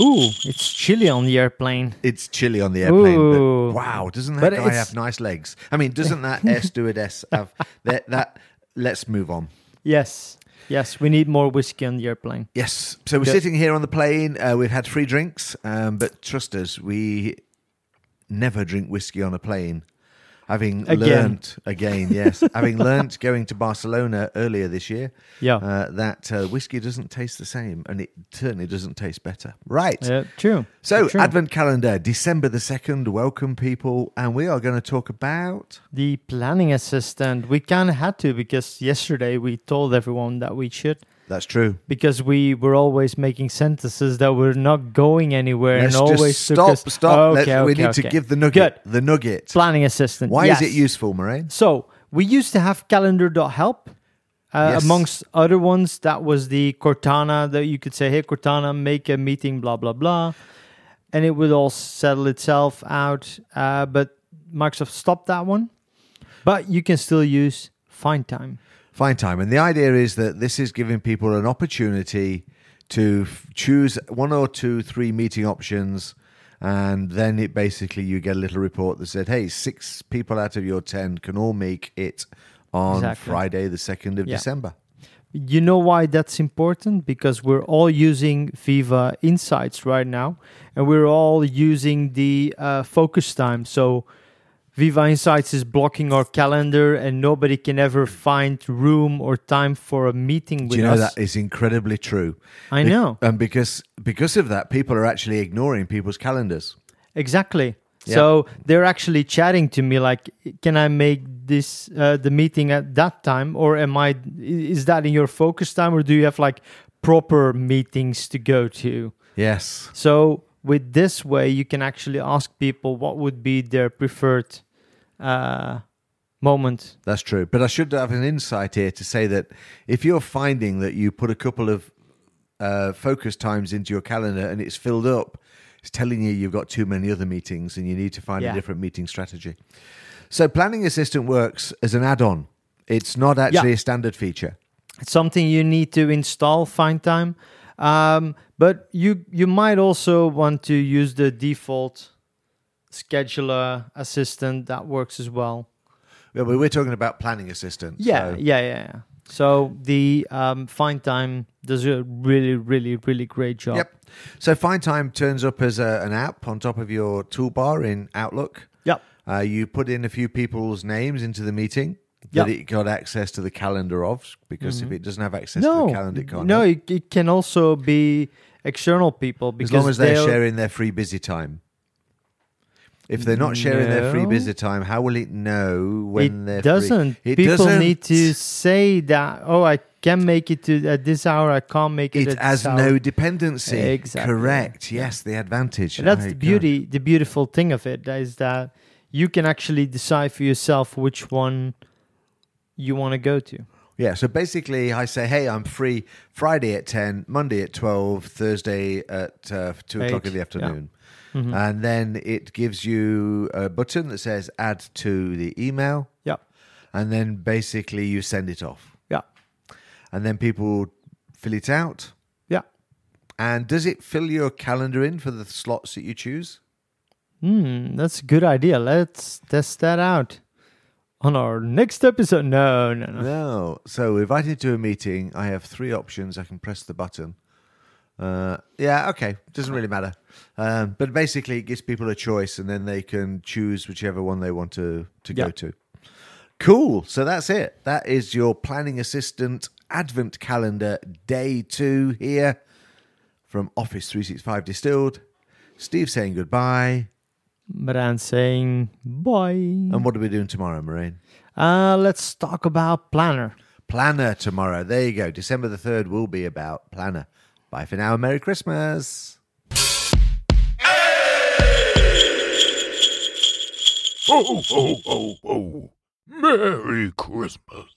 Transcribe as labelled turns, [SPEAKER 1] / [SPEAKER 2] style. [SPEAKER 1] Ooh, it's chilly on the airplane.
[SPEAKER 2] It's chilly on the airplane,
[SPEAKER 1] Ooh.
[SPEAKER 2] but wow, doesn't that
[SPEAKER 1] But
[SPEAKER 2] guy
[SPEAKER 1] it's-
[SPEAKER 2] have nice legs? I mean, doesn't that air stewardess have that? that let's move on.
[SPEAKER 1] Yes, yes, we need more whiskey on the airplane.
[SPEAKER 2] Yes. So we're
[SPEAKER 1] Yeah.
[SPEAKER 2] sitting here on the plane. Uh, we've had three drinks, um, but trust us, we never drink whiskey on a plane. Having
[SPEAKER 1] Again.
[SPEAKER 2] learnt again, yes, having learnt going to Barcelona earlier this year,
[SPEAKER 1] Yeah.
[SPEAKER 2] uh, that uh, whiskey doesn't taste the same, and it certainly doesn't taste better. Right.
[SPEAKER 1] Yeah, true.
[SPEAKER 2] So,
[SPEAKER 1] true.
[SPEAKER 2] Advent calendar, December the 2nd, welcome people. And we are going to talk about.
[SPEAKER 1] the planning assistant, we kind of had to because yesterday we told everyone that we should
[SPEAKER 2] That's true.
[SPEAKER 1] because we were always making sentences that were not going anywhere
[SPEAKER 2] Let's
[SPEAKER 1] and always
[SPEAKER 2] just
[SPEAKER 1] took
[SPEAKER 2] stop,
[SPEAKER 1] us-
[SPEAKER 2] stop.
[SPEAKER 1] Okay,
[SPEAKER 2] Let's- we
[SPEAKER 1] okay,
[SPEAKER 2] need to
[SPEAKER 1] okay.
[SPEAKER 2] give the nugget.
[SPEAKER 1] Good.
[SPEAKER 2] The nugget.
[SPEAKER 1] Planning assistant.
[SPEAKER 2] Why
[SPEAKER 1] yes.
[SPEAKER 2] is it useful, Moraine?
[SPEAKER 1] So we used to have calendar.help. Uh,
[SPEAKER 2] Yes.
[SPEAKER 1] Amongst other ones, that was the Cortana that you could say, "Hey Cortana, make a meeting," blah blah blah, and it would all settle itself out. Uh, but Microsoft stopped that one. But you can still use Find Time.
[SPEAKER 2] Fine time. And the idea is that this is giving people an opportunity to f- choose one or two, three meeting options. And then it basically, you get a little report that said, hey, six people out of your 10 can all make it on
[SPEAKER 1] Exactly.
[SPEAKER 2] Friday, the 2nd of
[SPEAKER 1] Yeah.
[SPEAKER 2] December.
[SPEAKER 1] You know why that's important? Because we're all using Viva Insights right now, and we're all using the uh, focus time. So Viva Insights is blocking our calendar, and nobody can ever find room or time for a meeting with
[SPEAKER 2] Do you know
[SPEAKER 1] us.
[SPEAKER 2] that is incredibly true?
[SPEAKER 1] I
[SPEAKER 2] Be-
[SPEAKER 1] know.
[SPEAKER 2] and because because of that, people are actually ignoring people's calendars.
[SPEAKER 1] Exactly.
[SPEAKER 2] Yeah.
[SPEAKER 1] So they're actually chatting to me like, "Can I make this uh, the meeting at that time, or am I? Is that in your focus time, or do you have like proper meetings to go to?"
[SPEAKER 2] Yes,
[SPEAKER 1] So with this way, you can actually ask people what would be their preferred uh, moment.
[SPEAKER 2] that's true. But I should have an insight here to say that if you're finding that you put a couple of uh, focus times into your calendar and it's filled up, it's telling you you've got too many other meetings and you need to find
[SPEAKER 1] Yeah.
[SPEAKER 2] a different meeting strategy. So, planning assistant works as an add-on. It's not actually a standard feature.
[SPEAKER 1] It's something you need to install find time, um, but you you might also want to use the default scheduler assistant that works as well.
[SPEAKER 2] Yeah, but we're talking about planning assistant.
[SPEAKER 1] Yeah,
[SPEAKER 2] so-
[SPEAKER 1] yeah, yeah. yeah. So the um, find time does a really, really, really great job.
[SPEAKER 2] Yep. So Find Time turns up as a, an app on top of your toolbar in Outlook.
[SPEAKER 1] Yep.
[SPEAKER 2] Uh, you put in a few people's names into the meeting that
[SPEAKER 1] Yep. Mm-hmm.
[SPEAKER 2] it got access to the calendar of, because if it doesn't have access to the calendar, it can't.
[SPEAKER 1] no, it,
[SPEAKER 2] help.
[SPEAKER 1] it can also be external people because
[SPEAKER 2] as long as they're
[SPEAKER 1] they'll-
[SPEAKER 2] sharing their free busy time. If they're not sharing their free
[SPEAKER 1] No.
[SPEAKER 2] busy time, how will it know when they're
[SPEAKER 1] it doesn't.
[SPEAKER 2] free?
[SPEAKER 1] people need to say that. Oh, I can make it to at this hour. I can't make it.
[SPEAKER 2] It
[SPEAKER 1] at
[SPEAKER 2] has
[SPEAKER 1] this hour."
[SPEAKER 2] no dependency.
[SPEAKER 1] Exactly.
[SPEAKER 2] Correct. Yes, the advantage.
[SPEAKER 1] And that's
[SPEAKER 2] Oh,
[SPEAKER 1] the
[SPEAKER 2] God.
[SPEAKER 1] beauty. The beautiful thing of it is that you can actually decide for yourself which one you want to go to.
[SPEAKER 2] Yeah, so basically, I say, hey, I'm free Friday at 10, Monday at 12, Thursday at uh, 2 o'clock
[SPEAKER 1] Eight,
[SPEAKER 2] in the
[SPEAKER 1] yeah. Mm-hmm.
[SPEAKER 2] afternoon. And then it gives you a button that says add to the email.
[SPEAKER 1] Yeah,
[SPEAKER 2] And then basically, you send it off.
[SPEAKER 1] yeah,
[SPEAKER 2] And then people fill it out.
[SPEAKER 1] yeah.
[SPEAKER 2] And does it fill your calendar in for the slots that you choose?
[SPEAKER 1] Hmm, that's a good idea. Let's test that out on our next episode. No, no, no.
[SPEAKER 2] No. So invited to a meeting, I have three options. I can press the button. Uh, yeah, okay. Doesn't really matter. Um, but basically, it gives people a choice, and then they can choose whichever one they want to to go
[SPEAKER 1] Yeah.
[SPEAKER 2] to. Cool. So that's it. That is your planning assistant advent calendar day two here from Office 365 Distilled. Steve saying goodbye.
[SPEAKER 1] But I'm saying bye.
[SPEAKER 2] And what are we doing tomorrow, Maureen?
[SPEAKER 1] Uh, let's talk about planner.
[SPEAKER 2] Planner tomorrow. There you go. December the 3rd will be about Planner. Bye for now and Merry Christmas.
[SPEAKER 3] Ho, ho, ho, ho. Merry Christmas.